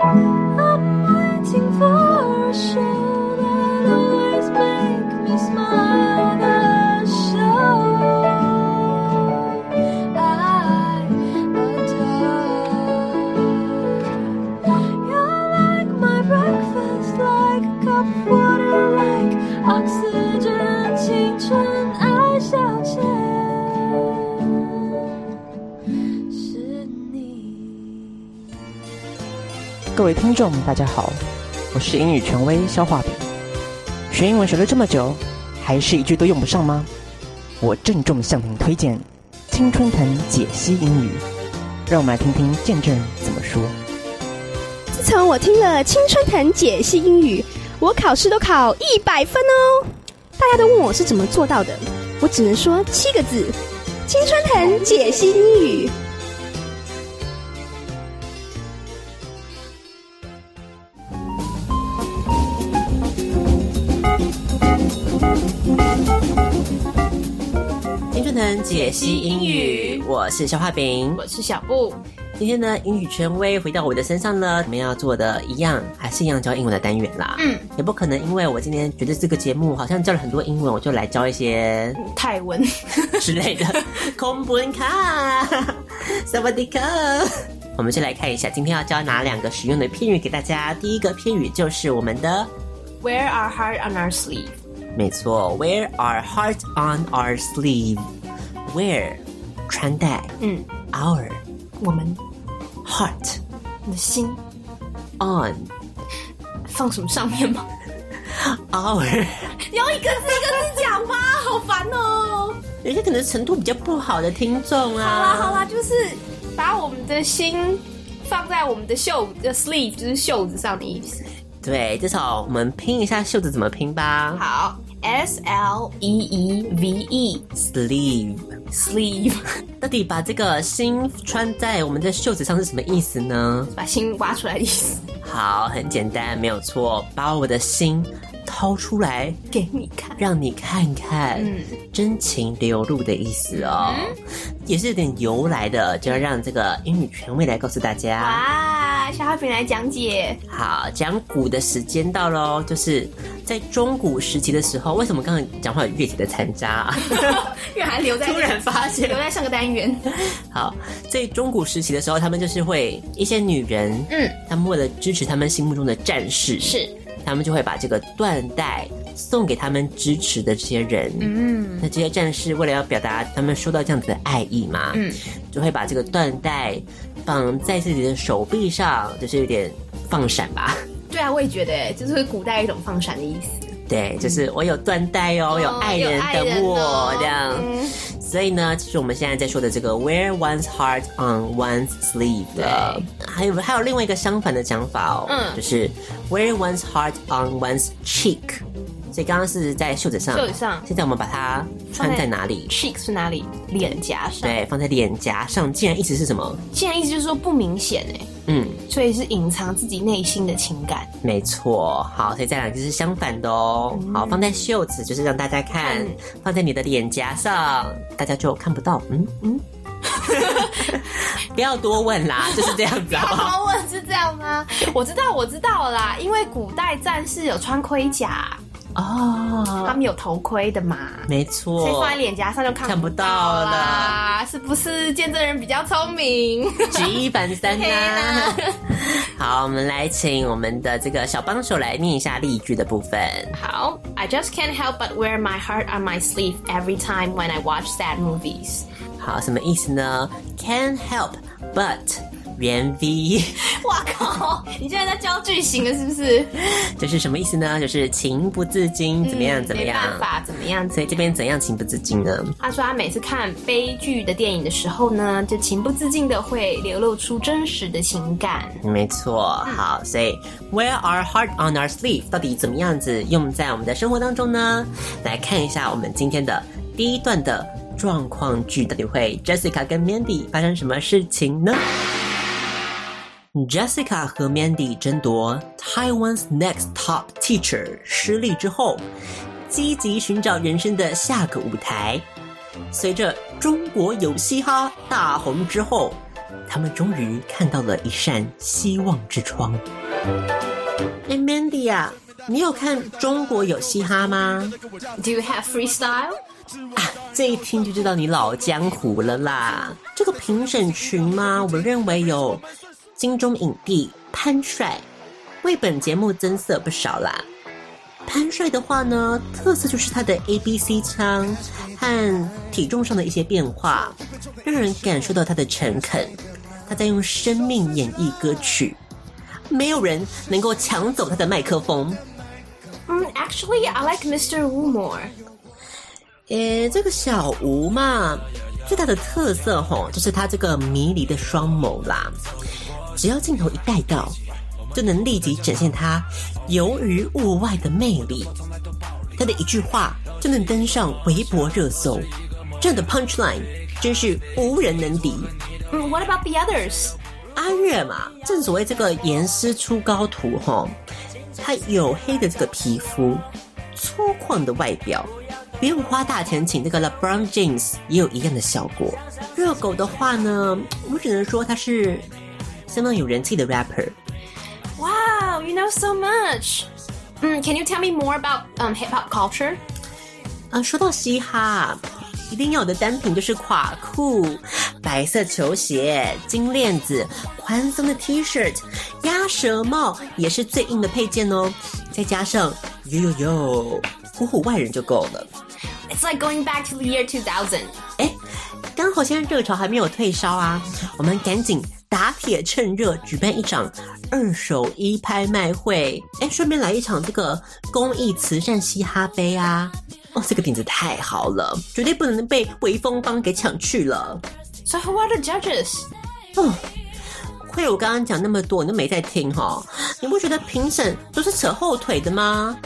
I'm waiting for a show that always make me smile. A show I adore. You're like my breakfast, like a cup of water, like oxygen. 青春爱消遣是你。各位听众，大家好，我是英语权威肖化饼。学英文学了这么久，还是一句都用不上吗？我郑重向您推荐《青春藤解析英语》，让我们来听听见证人怎么说。自从我听了青春藤解析英语，我考试都考一百分哦。大家都问我是怎么做到的，我只能说七个字：青春藤解析英语。青春藤解析英语，我是小画饼。我是小布，今天呢，英语权威回到我的身上了。我们要做的一样，还是一样教英文的单元啦。嗯，也不可能，因为我今天觉得这个节目好像教了很多英文，我就来教一些嗯泰文 之类的。空本卡， 萨瓦迪卡。我们先来看一下今天要教哪两个实用的片语给大家。第一个片语就是我们的， ，Wear our heart on our sleeve，没错，Wear our heart on our sleeve。Wear，穿戴，嗯， ，our 我们 heart 的心 on 放什么上面吗？ our。要一个字一个字讲吗？好烦哦！ 有些可能程度比较不好的听众好啦啊，好啦，就是把我们的心放在我们的袖的 sleeve，就是袖子上的意思。对，至少我们拼一下袖子怎么拼吧。好，S L E E V E Sleeve， sleeve，到底把这个心穿在我们的袖子上是什么意思呢？把心挖出来的意思。好，很简单，没有错，把我的心掏出来给你 看，让你看看，嗯真情流露的意思哦，也是有点由来的，就要让这个英语权威来告诉大家。哇，小花饼来讲解，好，讲古的时间到喽，就是在中古时期的时候，为什么刚刚讲话有乐体的残渣、啊？ 因为还留在突然发现留在上个单元，好，在中古时期的时候，他们就是会一些女人，嗯，他们为了支持他们心目中的战士，是，他们就会把这个缎带送给他们支持的这些人，嗯那这些战士为了要表达他们受到这样子的爱意嘛，嗯，就会把这个缎带绑在自己的手臂上，就是有点放闪吧。对啊，我也觉得，就是古代一种放闪的意思。对，就是我有缎带嗯哦，嗯有爱人等我、这样。所以呢，就是我们现在在说的这个 wear one's heart on one's sleeve 的，还有还有另外一个相反的讲法哦，嗯就是 wear one's heart on one's cheek。所以刚刚是在袖子上，袖子上现在我们把它穿在哪里？ cheek 是哪里？脸颊上。对，放在脸颊上，竟然意思是什么？现在意思就是说不明显哎，嗯，所以是隐藏自己内心的情感。没错，好，所以这两个是相反的哦。好，放在袖子就是让大家看，嗯放在你的脸颊上，大家就看不到。嗯嗯， 不要多问啦，就是这样子，好不好？好，问是这样吗？我知道，我知道啦，因为古代战士有穿盔甲，他哦，们有头盔的嘛。没所以错放，在脸颊上就看看不到到了啦，是不是见证人比较聪明？ 举一反三呐、好，我们来请我们的这个小帮手来念一下例句的部分。好，I just can't help but wear my heart on my sleeve every time when I watch sad movies。好，什么意思呢？Can help but 原 V。 哇靠！你现在在教句型了是不是？就是什么意思呢？就是情不自禁，怎么样嗯怎么样没。办法，怎么样？所以这边怎样情不自禁呢？他说他每次看悲剧的电影的时候呢，就情不自禁的会流露出真实的情感。没错，嗯好，所以 wear our heart on our sleeve 到底怎么样子用在我们的生活当中呢？来看一下我们今天的第一段的状况剧，到底会 Jessica 跟 Mandy 发生什么事情呢？Jessica 和 Mandy 争夺 Taiwan's Next Top Teacher 失利之后，积极寻找人生的下个舞台。随着《中国有嘻哈》大红之后他们终于看到了一扇希望之窗。哎，Mandy 啊，你有看中国有嘻哈吗？ Do you have freestyle？这一听就知道你老江湖了啦。这个评审群吗？我认为有金钟影帝潘帅，为本节目增色不少啦。潘帅的话呢，特色就是他的 A B C 腔和体重上的一些变化，让人感受到他的诚恳。他在用生命演绎歌曲，没有人能够抢走他的麦克风。嗯，Actually, Mm, I like Mr. Wu more. 诶，这个小吴嘛，最大的特色吼，就是他这个迷离的双眸啦。只要镜头一带到，就能立即展现他游于物外的魅力。他的一句话就能登上微博热搜，这样的 punchline 真是无人能敌。嗯，What Mm, about the others？阿月嘛，正所谓这个严师出高徒哈，他黝黑的这个皮肤，粗犷的外表，不用花大钱请这个 LeBron James 也有一样的效果。热狗的话呢，我只能说他是相当有人气的 rapper。 Wow, you know so much. 嗯，Can you tell me more about um hip hop culture？啊，说到嘻哈，一定要有的单品就是垮裤、白色球鞋、金链子、宽松的 T 恤、鸭舌帽，也是最硬的配件哦。再加上呦呦呦，唬唬外人就够了。 It's like going back to the year 2000. 哎，刚好现在热潮还没有退烧啊，我们赶紧打铁趁热，举办一场二手衣拍卖会。哎，顺便来一场这个公益慈善嘻哈杯啊！哦，这个点子太好了，绝对不能被微风帮给抢去了。 So who are the judges？哦，亏我刚刚讲那么多，你都没在听哦。你不觉得评审都是扯后腿的吗？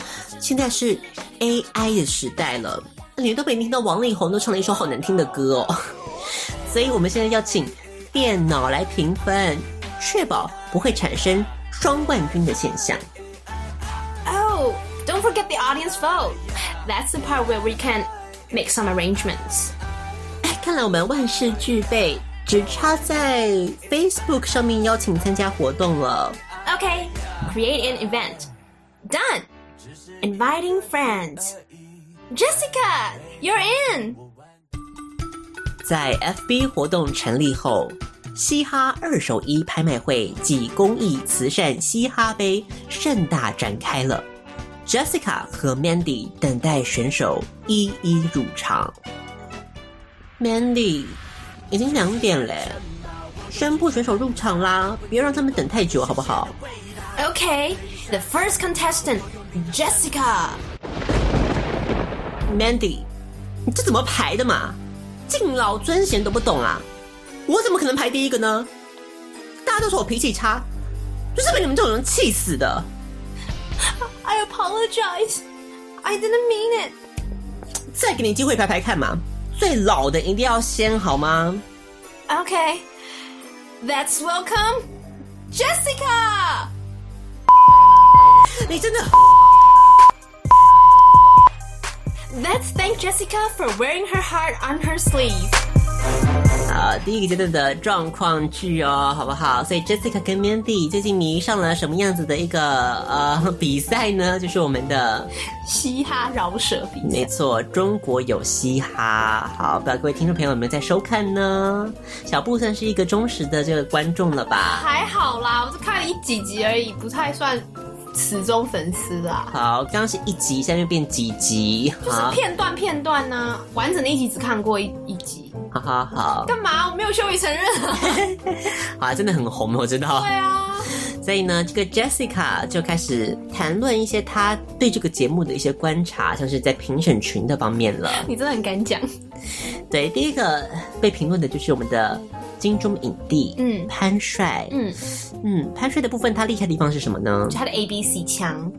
现在是 AI 的时代了，你都没听到王力宏都唱了一首好难听的歌哦。 所以我们现在要请电脑来评分，确保不会产生双冠军的现象。 Oh, don't forget the audience vote. That's the part where we can make some arrangements. 哎，看来我们万事俱备，只差在 Facebook 上面邀请参加活动了。 Okay, create an event. Done. Inviting friends. Jessica, you're in. 在 FB 活动成立后，嘻哈二手衣拍卖会暨公益慈善嘻哈杯盛大展开了。Jessica 和 Mandy 等待选手一一入场。Mandy，已经两点嘞，宣布选手入场啦，别让他们等太久，好不好？ Okay, the first contestant, Jessica. Mandy，你这怎么排的嘛？敬老尊贤都不懂啊！我怎么可能排第一个呢？大家都说我脾气差，就是被你们这种人气死的。 I apologize. I didn't mean it. 再给你机会排排看嘛，最老的一定要先好吗？ Okay, let's welcome Jessica. 你真的 Let's thank Jessica for wearing her heart on her sleeve. 好，呃第一个阶段的状况剧哦，好不好？所以 Jessica 跟 Mandy 最近迷上了什么样子的一个呃比赛呢？就是我们的嘻哈饶舌比没错，中国有嘻哈。好，不知道各位听众朋友有没有在收看呢？小布算是一个忠实的这个观众了吧？还好啦，我就看了一几集而已，不太算死忠粉丝啦。好，刚刚是一集，下面变几集？就是好，片段片段呢、完整的一集只看过一一集，好好好，干嘛？我没有羞于承认 啊。好，真的很红，我知道对。啊，所以呢，这个 Jessica 就开始谈论一些她对这个节目的一些观察，像是在评审群的方面了。你真的很敢讲。对，第一个被评论的就是我们的金钟影帝，嗯潘帅，嗯，嗯，潘帅的部分他厉害的地方是什么呢？他的 A B C 枪，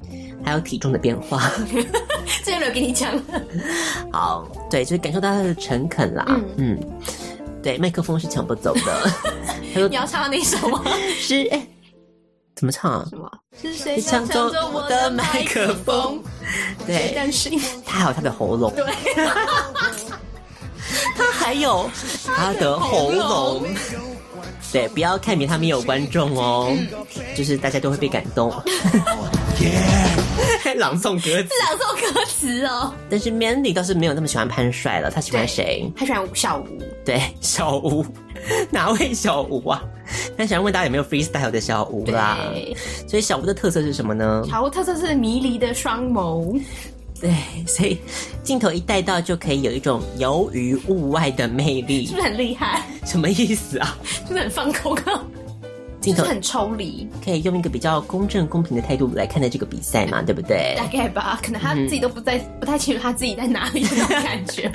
还有体重的变 化。这个没有跟你讲。 好，对，就是感受到他的诚恳啦，嗯嗯，对，麦克风是抢不走 的。他说你要唱的那首吗？是哎、怎么唱啊？什么？是谁抢走我的麦克风？对，但是他还有他的喉 咙，对，他还有他的喉喉咙。对，不要看扁他们也有观众哦，就是大家都会被感动。还 朗诵歌词，朗诵歌词哦。但是 Mandy 倒是没有那么喜欢潘帅了，他喜欢谁？他喜欢小吴，对，小吴， 哪位小吴啊？那想问大家有没有 freestyle 的小吴啦？对，所以小吴的特色是什么呢？小吴特色是迷离的双眸，对，所以镜头一带到就可以有一种游于物外的魅力是不，是很厉害？什么意思啊？是不是很放空啊？镜就头是很抽离，可以用一个比较公正公平的态度来看待这个比赛嘛，对不对？大概吧，可能他自己都不在，不太清楚他自己在哪里的那种感觉。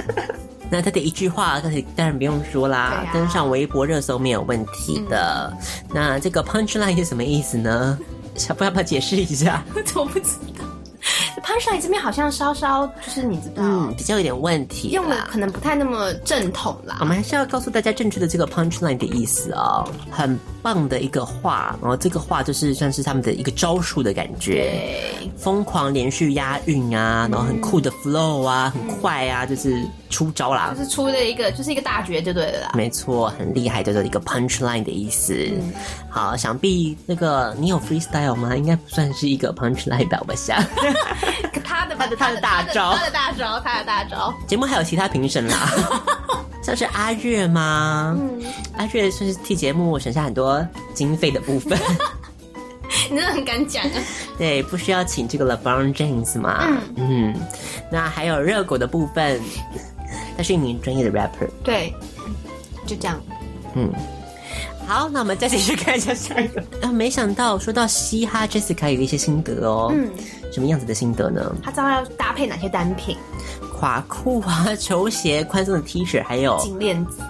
那他的一句话，当然当然不用说啦对，啊嗯登上微博热搜没有问题的。那这个 punchline 是什么意思呢？小朋友要不要解释一下？我 怎么不知道？潘帅这边好像稍稍就是你知道，嗯，比较有点问题啦用的可能不太那么正统啦我。们还是要告诉大家正确的这个 punchline 的意思哦，很棒的一个话，然后这个话就是算是他们的一个招数的感觉，对，疯狂连续押韵啊，然后很酷的 flow 啊，很快啊，就是出招啦就。是出了一个就是一个大绝就对了啦。没错，很厉害，叫做一个 punchline 的意思。好，想必那个你有 freestyle 吗？应该不算是一个 punchline 吧，我想。他的吧他的他的大招他的大招，他的大招。 节目还有其他评审啦，像是阿月吗？阿月算是替节目省下很多经费的部分。你真的很敢讲啊！对，不需要请这个 LeBron James 嘛。嗯那还有热狗的部分，他是一名专业的 rapper。对，就这样。好，那我们再继续看一下下一个。 啊，没想到说到嘻哈，Jessica 有一些心得哦。嗯，什么样子的心得呢？他知道要搭配哪些单品，垮裤啊、 球鞋、宽松的 T 恤，还有金链子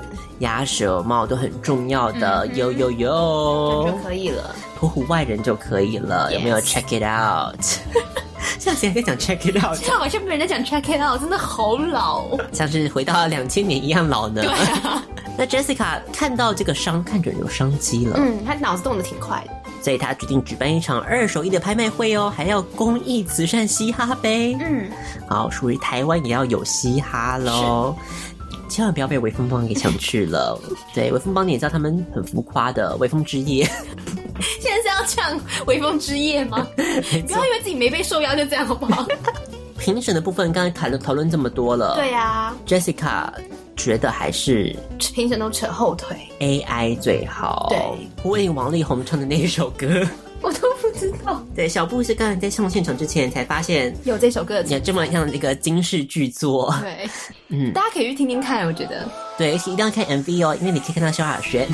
鸭舌帽都很重要的。有有就有，可以了。泼湖外人就可以了。有没有 check it out？像谁还在讲 check it out？这完全被人家讲 check it out，真的好老哦。像是回到两千年一样老呢。 那 Jessica 看到这个商，看准有商机了，嗯，他脑子动得挺快的。所以她决定举办一场二手衣的拍卖会哦，还要公益慈善嘻哈杯。嗯，好，属于台湾也要有嘻哈喽。千万不要被微风帮给抢去 了。对，微风帮你也知道他们很浮夸的微风之夜， 现在是要唱微风之夜吗？不要以为自己没被受邀就这样好不好？评审的部分刚才谈论讨论这么多了。对呀、 ，Jessica 觉得还是评审都扯后腿， AI 最好。对，呼应王力宏唱的那一首歌。 我都不知道对，小布是刚才在上现场之前才发现有这首歌的。有这么样的一个惊世巨作。对，嗯大家可以去听听看，我觉得对，而且一定要看 MV 哦，因为你可以看到萧亚 轩。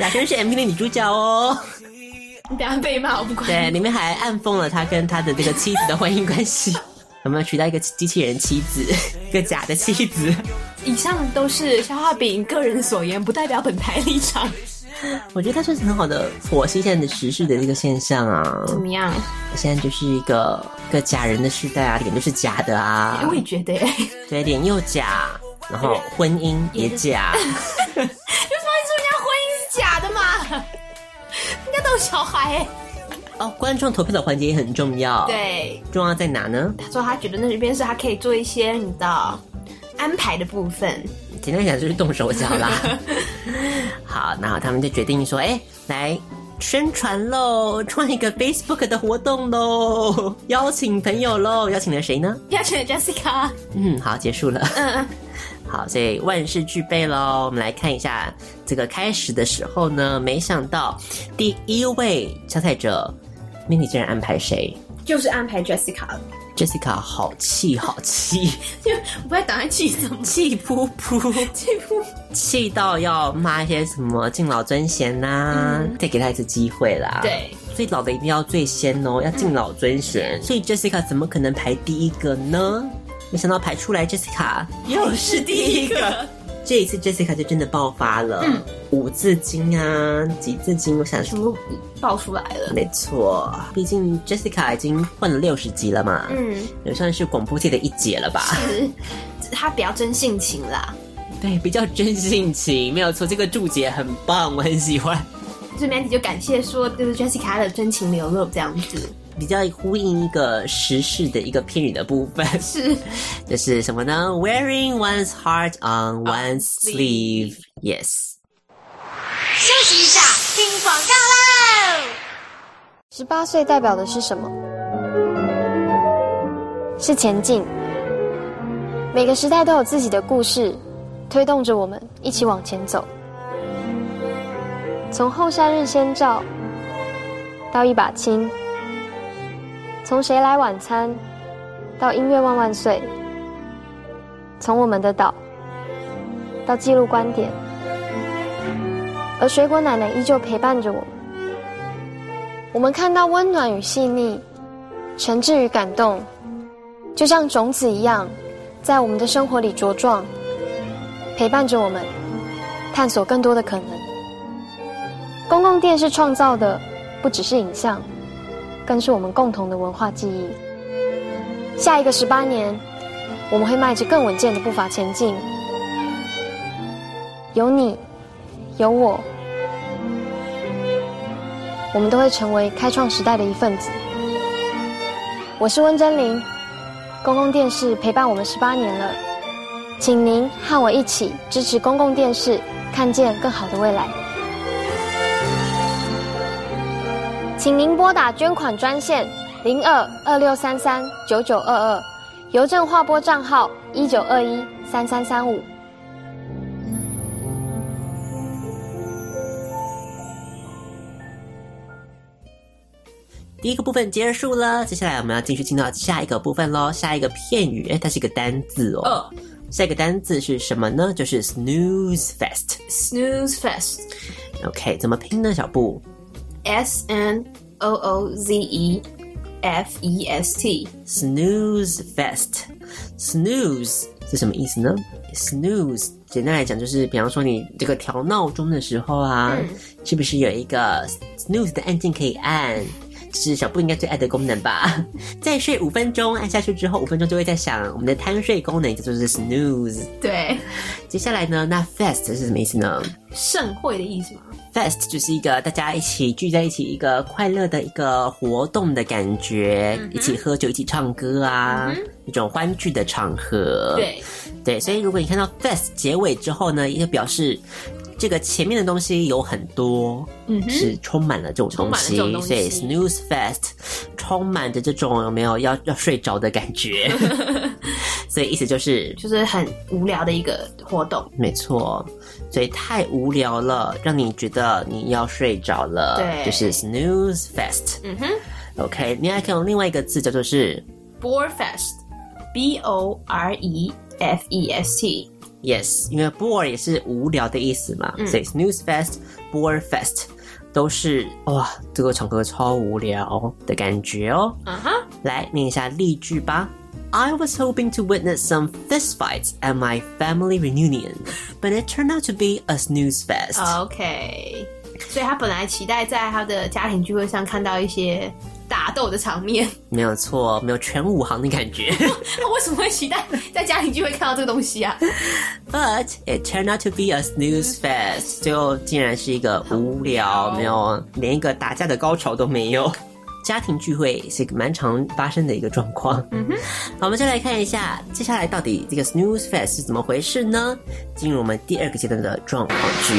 亚轩是 MV 的女主角哦，你等一下被骂我不管。对，里面还暗讽了他跟他的这个妻子的婚姻关系，有没有娶到一个机器人妻子，一个假的妻子？以上都是消化饼个人所言，不代表本台立场。我觉得他算是很好的剖析现在的时事的这个现象啊。怎么样？现在就是一个一个假人的时代啊，脸都是假的啊哎，我也觉得、欸，就是对，脸又假，然后婚姻也 假。发现说人家婚姻是假的 嘛，人家都有小孩、欸。哦，观众投票的环节也很重要。，对，重要在哪呢？他说他觉得那边是他可以做一些你知道安排的部分。简单讲就是动手脚 啦。好，然后他们就决定说，哎，来宣传喽，创一个 Facebook 的活动喽，邀请朋友喽，邀请了谁呢？要请 Jessica，嗯，好，结束了。嗯， 好，所以万事俱备喽。我们来看一下这个开始的时候呢，没想到第一位参赛者 Mini 竟然安排谁就是安排 Jessica 了， ？Jessica 好气，好气，就我不会打算去什么气噗噗，这部气到要骂一些什么敬老尊贤呐、再给他一次机会啦。对，最老的一定要最先哦，要敬老尊贤。所以 Jessica 怎么可能排第一个呢？没想到排出来 Jessica 又是第一个。嗯这一次 Jessica 就真的爆发了，五字经啊，几字经，我想全说。部爆出来了。没错，毕竟 Jessica 已经混了六十集了嘛，嗯，也算是广播界的一姐了吧。是他比较真性情啦，对，比较真性情，没有错。这个注解很棒，我很喜欢。这 Mandy 就感谢说，就是 Jessica 的真情流露这样子。比较呼应一个时事的一个片语的部分， 是，就是什么呢？Wearing one's heart on one's sleeve. Yes. 休息一下，听广告喽。十八岁代表的是什么？是前进。每个时代都有自己的故事，推动着我们一起往前走。从后山日先照到一把青，从谁来晚餐到音乐万万岁，从我们的岛到记录观点，而水果奶奶依旧陪伴着我们。我们看到温暖与细腻，诚挚与感动，就像种子一样，在我们的生活里茁壮，陪伴着我们，探索更多的可能。公共电视创造的不只是影像，更是我们共同的文化记忆。下一个十八年，我们会迈着更稳健的步伐前进。有你，有我，我们都会成为开创时代的一份子。我是温真菱，公共电视陪伴我们十八年了，请您和我一起支持公共电视，看见更好的未来。请您拨打捐款专线零二二六三三九九二二，邮政划拨账号一九二一三三三五。第一个部分结束了，接下来我们要继续进到下一个部分喽。下一个片语，哎，它是一个单字哦。哦下一个单字是什么呢？就是 snooze fest。 ，snooze fest。 OK，怎么拼呢？小布 S N O O Z E F E S T。 snooze fest。snooze 是什么意思呢？snooze 简单来讲就是，比方说你这个调闹钟的时候啊，是不是有一个 snooze 的按键可以按？这是小布应该最爱的功能吧？ 再睡五分钟，按下去之后五分钟就会在响。我们的贪睡功能就是 snooze。对，接下来呢，那 fest 是什么意思呢盛会的意思吗？ ？fest 就是一个大家一起聚在一起一个快乐的一个活动的感觉，嗯一起喝酒，一起唱歌啊，一种欢聚的场合。对，对，所以如果你看到 fest 结尾之后呢，也就表示这个前面的东西有很多，嗯哼是充满了这种充东满了西，这种东西所以 snooze fest 充满着这种有没有要要睡着的感 觉，所以意思就是就是很无聊的一个活动。没错，所以太无聊了，让你觉得你要睡着了，对就是 snooze fest。嗯哼，OK，你还可以用另外一个字叫做是，bore fest，B O R E F E S T。 yes，因为 bore 也是无聊的意思嘛，嗯所以 snooze fest、bore fest 都是哇，这个场合超无聊的感觉哦。啊哈，来念一下例句吧。I was hoping to witness some fistfights at my family reunion, but it turned out to be a snooze fest. 哦 OK，所以他本来期待在他的家庭聚会上看到一些打斗的场 面，没有错，没有全武行的感觉。他为什么会期待在家庭聚会看到这个东西啊？ But it turned out to be a snooze fest，最后竟然是一个无聊，没有连一个打架的高潮都没有。 家庭聚会是一个蛮常发生的一个状况。嗯哼，好，我们就来看一下接下来到底这个 snooze fest 是怎么回事呢？进入我们第二个阶段的状况剧。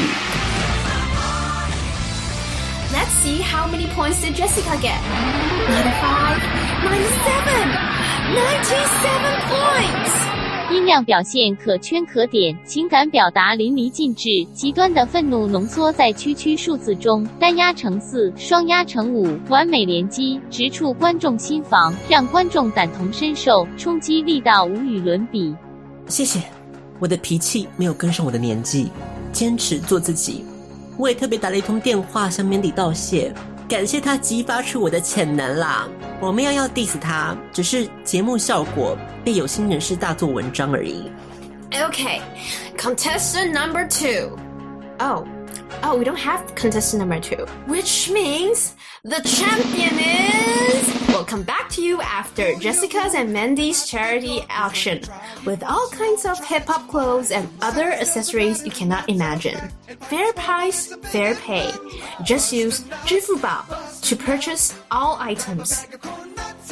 Let's see how many points did Jessica get? 95, 97, 97 points! 音量表现可圈可点，情感表达淋漓尽致，极端的愤怒浓缩在区区数字中，单压成四，双压成五，完美连击，直触观众心房，让观众感同身受，冲击力道无与伦比。谢谢，我的脾气没有跟上我的年纪，坚持做自己。我也特别打了一通电话向 Mandy 道谢，感谢他激发出我的潜能啦。我没有要 diss 他，只是节目效果被有心人士大做文章而已。 Okay, contestant number two. Oh, oh, we don't have contestant number two, which means the champion is. We'll come back to you after Jessica's and Mandy's charity auction with all kinds of hip hop clothes and other accessories you cannot imagine. Fair price, fair pay. Just use 支付宝 to purchase all items.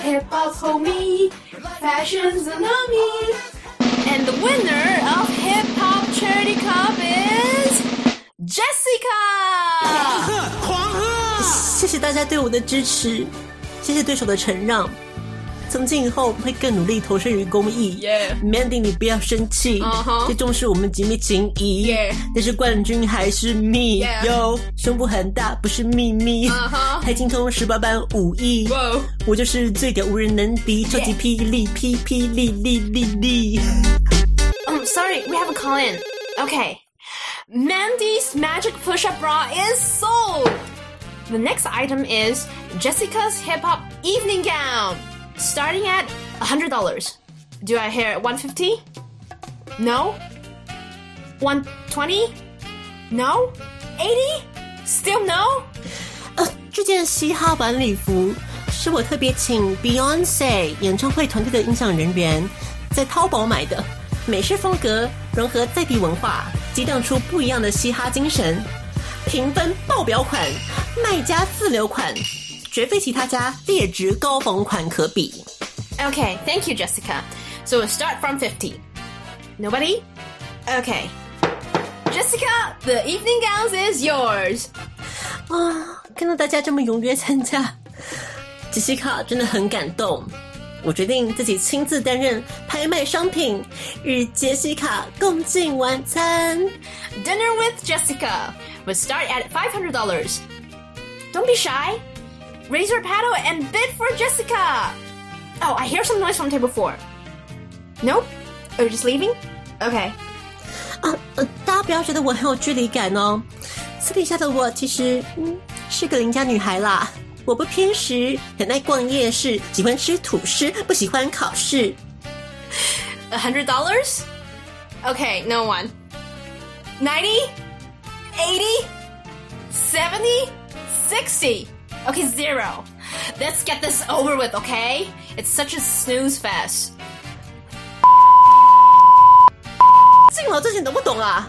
Hip hop homie, fashion tsunami. And the winner of Hip Hop Charity Cup is Jessica。谢谢大家对我的支持，谢谢对手的承让。从今以后我会更努力投身于公益。 Yeah Mandy，你不要生气嗯哼最重视我们姐妹情谊。 Yeah 但是冠军还是你 Yeah 哟胸部很大不是秘密。嗯哼还精通十八般武艺。哇哦我就是最屌无人能敌，超级霹雳霹霹雳雳雳雳。 Um, sorry, we have a call in. Okay. Mandy's magic push up bra is sold! The next item is Jessica's hip hop evening gown, starting at $100. Do I hear 150? No? 120? No? 80? Still no? 呃，这件嘻哈晚礼服是我特别请 Beyonce 演唱会团队的音响人员在淘宝买的，美式风格融合在地文化，激荡出不一样的嘻哈精神。评分爆表款，卖家自留款，绝非其他家劣质高仿款可比。 Okay, thank you, Jessica. So we'll start from 50. Nobody? Okay. Jessica, the evening gowns is yours. 啊，看到大家这么踊跃参加，杰西卡真的很感动。我决定自己亲自担任拍卖商品，与杰西卡共进晚餐。 Dinner with Jessica will start at $500. Don't be shy. Raise your paddle and bid for Jessica. Oh, I hear some noise from table four. Nope. Are you just leaving? Okay. 啊，呃，大家不要觉得我很有距离感哦。私底下的我其实嗯是个邻家女孩啦，我不偏食，很爱逛夜市，喜欢吃吐司，不喜欢考试。 $100? Okay, no one. 90? 80? 70? 60? Okay, zero. Let's get this over with, okay? It's such a snooze fest. 敬老这些你都不懂啊！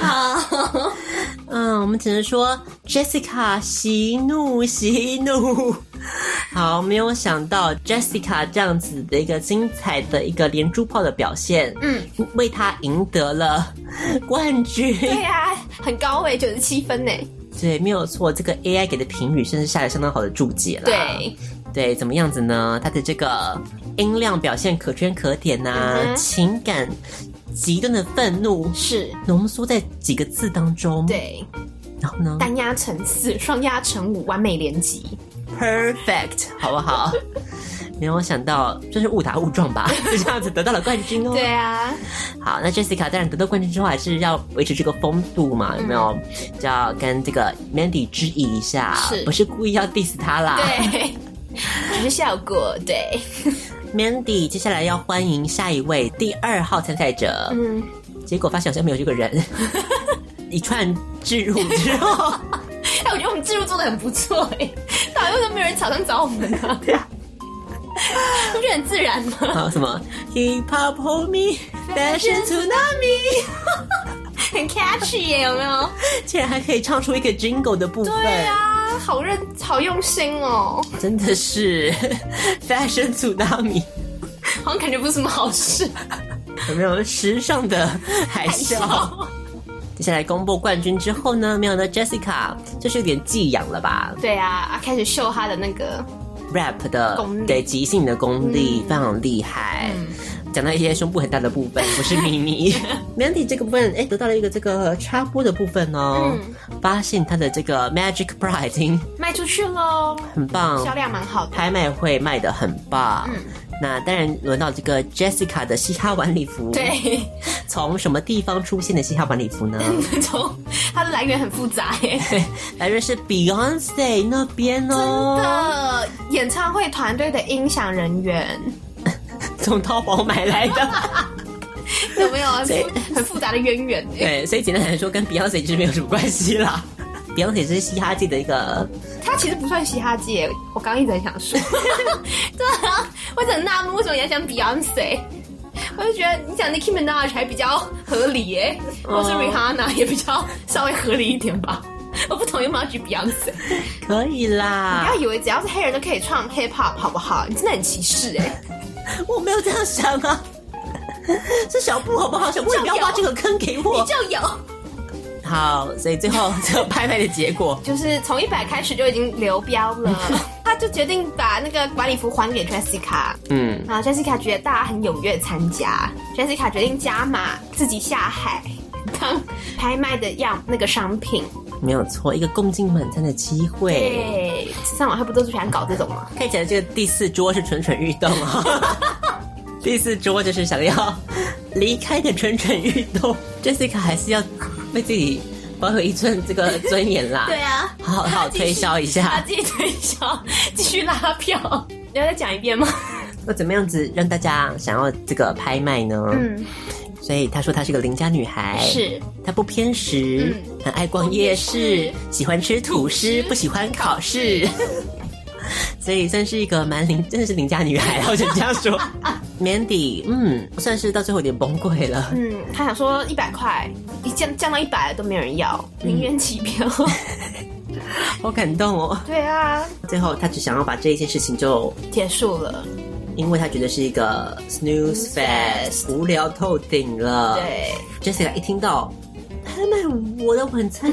好，嗯，我们只能说 Jessica 息怒息怒。 好，没有想到 Jessica 这样子的一个精彩的一个连珠炮的表现，嗯，为她赢得了 冠军。对啊，很高诶、九十七分呢、对，没有错，这个 AI 给的评语甚至下了相当好的注解了。对，对，怎么样子呢？它的这个音量表现可圈可点呐、嗯哼情感极端的愤怒是，浓缩在几个字当中。，对，然后呢单压乘四，双压乘五，完美连击。 ，perfect，好不好？ 没有想到，真是误打误撞吧，就这样子得到了冠军哦。对啊，好，那 Jessica 当然得到冠军之后，还是要维持这个风度嘛，有没有？就要跟这个 Mandy 致意一下，是不是故意要 diss 她啦？对，只是效果。对， Mandy 接下来要欢迎下一位第二号参赛者，嗯，结果发现好像没有这个人，一串置入之后，哎，我觉得我们制度做的很不错哎、到底为什么没有人草上找我们呢、啊？ 不是很自然吗？啊什么 Hip Hop Homie Fashion Tsunami，很 catchy 耶、有没有？竟然还可以唱出一个 Jingle 的部分，对啊，好认，好用心哦，真的是 Fashion Tsunami，好像感觉不是什么好事。有没有时尚的海啸？接下来公布冠军之后呢，没想到 Jessica 就是有点寄养了吧 对啊，啊开始秀他的那个，rap 的功力嗯对即兴的功力非常厉害。讲到一些胸部很大的部 分，不是秘密。Mandy 这个部分，哎，得到了一个这个插播的部分哦，嗯发现他的这个 Magic Bra 已经卖出去喽，很棒销，量蛮好的。拍卖会卖的很棒。嗯那当然，轮到这个 Jessica 的嘻哈晚礼服。，对， 从什么地方出现的嘻哈晚礼服呢？那种它的来源很复杂耶。来源是 Beyonce 那边哦，的呃演唱会团队的音响人员从淘宝买来的。 有没有很对复 很复杂的渊源耶？对，所以简单来说，跟 Beyonce 其实没有什么关系啦。Beyonce 是嘻哈界的一个他其实不算嘻哈界，我刚刚一直很想说， 对啊，我一直很纳闷为什么你要讲 Beyonce。我就觉得你讲 Nicki Minaj 还比较合理耶、或是 Rihanna 也比较稍微合理一点吧。我不同意要举 Beyonce，可以啦。不要以为只要是黑人都可以创 Hip Hop 好不好？你真的很歧视哎、我没有这样想 啊，是小布好不好？小布，你不要挖这个坑给你我。就有。好，所以最后这个拍卖的结果，就是从一百开始就已经流标 了，他就决定把那个管理服还给 Jessica。嗯，然后啊 Jessica 觉得大家很踊跃参加，Jessica 决定加码自己下海当拍卖的样那个商品。没有错，一个共进晚餐的机会。对，上网会不都是喜欢搞这种吗？看起来这个第四桌是蠢蠢欲动啊、 第四桌就是想要离开的蠢蠢欲动，Jessica 还是要为自己保有一寸这个尊严啦。 对啊，好好推销一他下，自己推销，继续拉票。你要再讲一遍吗？那怎么样子让大家想要这个拍卖呢？嗯，所以她说她是个邻家女孩，是她不偏食，很爱逛夜市，喜欢吃吐司，不喜欢考试， 所以算是一个蛮邻，真的是邻家女孩，我只能这样说。Mandy，嗯，算是到最后有点崩溃了。嗯，他想说一百块，一降降到一百都没有人要，零元起标。 好感动哦！嗯对啊，最后，他只想要把这一件事情就，结束了。因为他觉得是一个 snooze fest，无聊透顶了。对， ，Jessica 一听到他卖我的晚餐，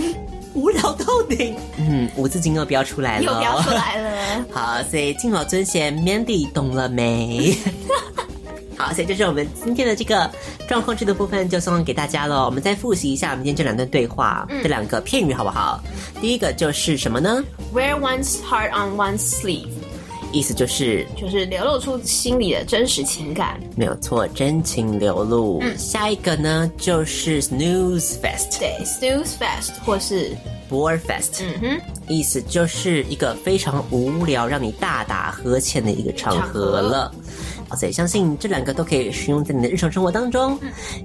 无聊透顶，嗯，五字经又标出来了，又标出。来 了。好，所以敬老尊贤，Mandy 懂了 没？好，所以这是我们今天的这个状况剧的部分，就送给大家了。我们再复习一下我们今天这两段对话，这两个片语好不好？第一个就是什么呢？ Wear one's heart on one's sleeve，意思就是就是流露出心里的真实情感。没有错，真情流露。下一个呢就是 snooze fest，对，snooze fest，或是 bore fest，、嗯哼，意思就是一个非常无聊、让你大打呵欠的一个场合了。好所以相信这两个都可以使用在你的日常生活当中，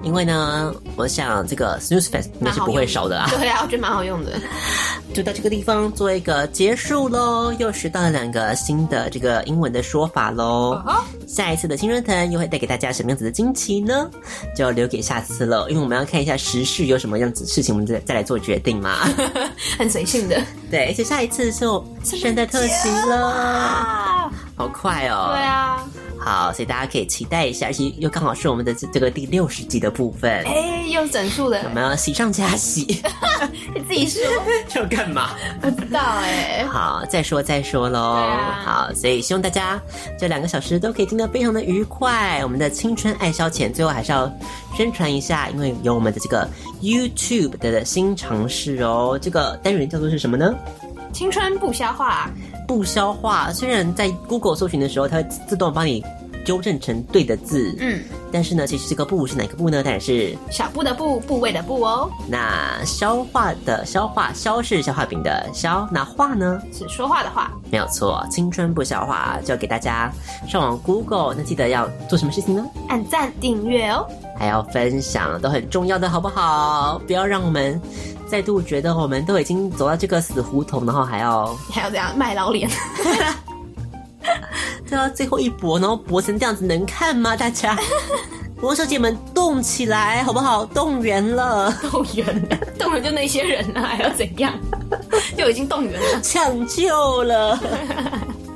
因为呢，我想这个 snooze fest 应该是不会少的啊。对啊，我觉得蛮好用的。就到这个地方做一个结束喽，又学到了两个新的这个英文的说法喽。下一次的青春藤又会带给大家什么样子的惊奇呢？就留给下次了，因为我们要看一下时事有什么样子事情，我们再再来做决定嘛。很随性的对，而且下一次是我圣诞特辑了，啊，好快哦。对。啊，好，所以大家可以期待一下，而且又刚好是我们的这这个第六十集的部分，哎，又整数我了，们要喜上加喜，你 自己说 要干嘛？不知道哎。好，再说再说喽。啊好，所以希望大家这两个小时都可以听得非常的愉快。我们的青春爱消遣，最后还是要宣传一下，因为有我们的这个 YouTube 的新尝试哦。这个单元叫做是什么呢？青春不消化，不消化，虽然在 Google 搜寻的时候，它会自动帮你纠正成对的字，嗯，但是呢，其实这个不是哪个不呢？当然是小步的步，部位的步哦，那消化的消化，消是消化饼的消，那化呢？是说话的话。没有错，青春不消化，就要给大家上网 Google，那记得要做什么事情呢？按赞订阅哦，还要分享，都很重要的，好不好？不要让我们再度觉得我们都已经走到这个死胡同，然后还要你还要这样卖老脸，对啊，最后一搏，然后搏成这样子能看吗？大 家，魔兽姐们动起来好不好？动员了，动员了， 动员就那些人啊，还要怎 样？就已经动员了。抢救 了，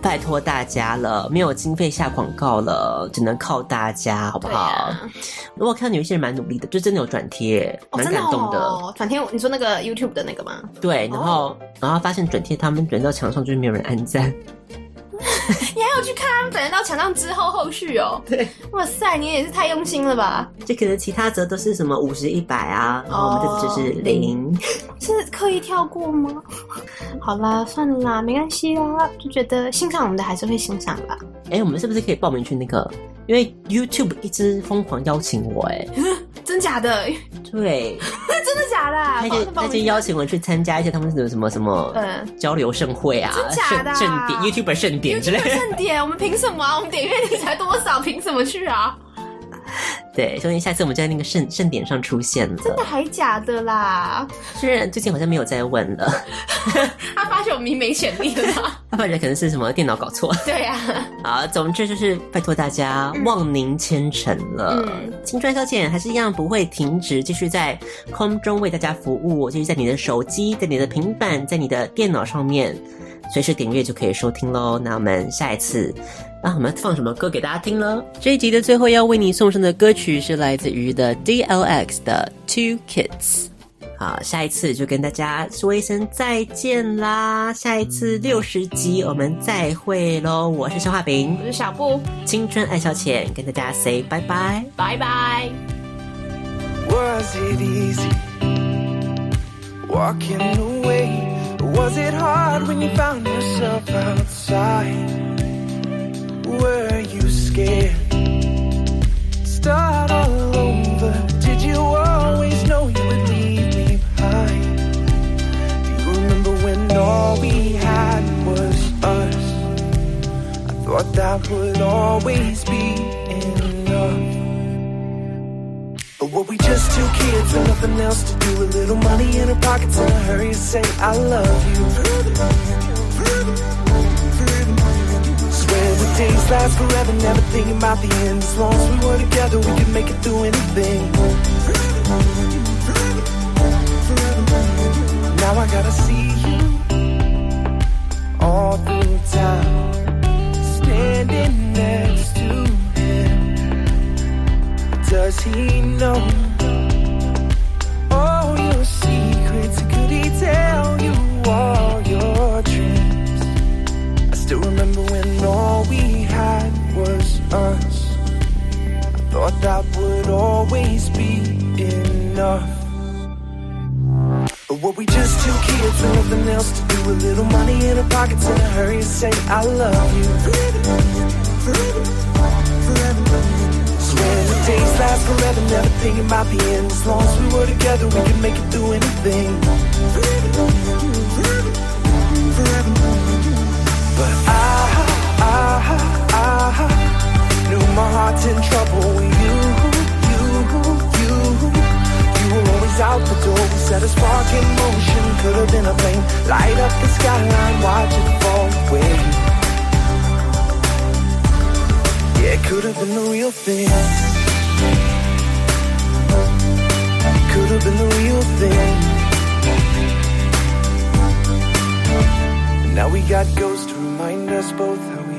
拜托大家了，没有经费下广告了，只能靠大家，好不对好啊？我看有一些人蛮努力的，就真的有转贴，哦，蛮真感动的。哦。转天你说那个 YouTube 的那个吗？对，然后、然后发现转贴他们转到墙上就是没有人按赞，你还要去看他们转到墙上之后后续哦？对，哇塞，你也是太用心了吧？就可能其他则都是什么五十、一百啊，然后我们这只是零。是刻意跳过吗？ 好啦，算了啦，没关系啦，就觉得欣赏我们的还是会欣赏吧。哎、我们是不是可以报名去那个？因为 YouTube 一直疯狂邀请我、哎，真假的？对，真的假的啊？他就哦他就邀请我去参加一些他们什么什么什么嗯交流盛会啊，真假盛的啊盛典 YouTuber 盛典之类的。正点，我们凭什么啊？我们点阅率才多少，凭什么去啊？对，所以下次我们就在那个盛盛典上出现真的了。还假的啦？虽然最近好像没有再问了， 他发现我们明没潜力了吗？他感觉可能是什么电脑搞错。 对呀、啊，好，总之就是拜托大家望您千诚了。嗯青春消遣还是一样不会停止，继续在空中为大家服务，就是在你的手机、在你的平板、在你的电脑上面，随时点阅就可以收听喽。那我们下一次。啊，我们要放什么歌给大家听呢？这一集的最后要为你送上的歌曲是来自于 The DLX 的《Two Kids》。好，下一次就跟大家说一声再见啦！下一次六十集我们再会喽！我是肖化饼，我是小布，青春爱消遣，跟大家 say 拜拜。拜拜。 Was it easy walking away? Was it hard when you found yourself outside? Were you scared? Start all over. Did you always know you would leave me behind? Do you remember when all we had was us? I thought that would always be enough. But were we just two kids with nothing else to do? A little money in our pockets and a hurry to say I love you. Swear the days last forever, never thinking about the end. As long as we were together, we could make it through anything. Now I gotta see you all through time, standing next to him. Does he know all your secrets? Could he tell you all your dreams? I still remember when all we had was us. I thought that would always be enough. But were we just two kids with nothing else to do? A little money in our pockets and a hurry to say I love you. Swear the days last forever, never thinking about the end. As long as we were together, we could make it through anything. But I, I, I knew my heart's in trouble with you, you, you. You were always out the door, we set a spark in motion. Could have been a flame, light up the skyline, watch it fall away. Yeah, it could have been the real thing. Could have been the real thing. And now we got ghosts to remind us both how we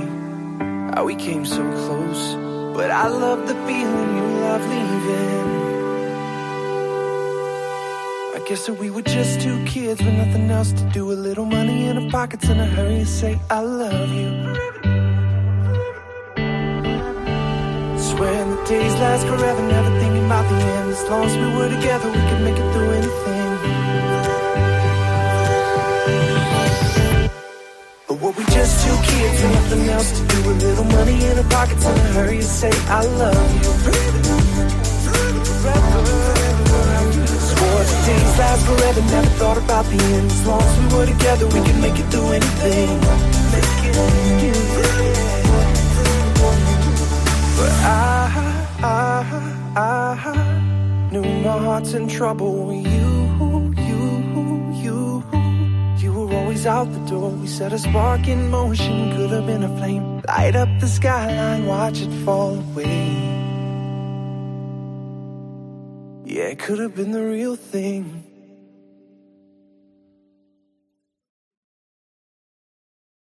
how we came so close. But I love the feeling you love leaving. I guess that we were just two kids with nothing else to do. A little money in our pockets and a hurry to say I love you. Swearing the days last forever, never thinking about the end. As long as we were together, we could make it through anything. But were we just two kids with nothing else to do? A little money in our pockets and a hurry to say I love you. Swore the days last forever, never thought about the end. As long as we were together, we could make it through anything. But I, I, I knew my ah, heart's in trouble. You, you, you, you were always out the door. We set a spark in motion, could have been a flame. Light up the skyline, watch it fall away. Yeah, it could have been the real thing.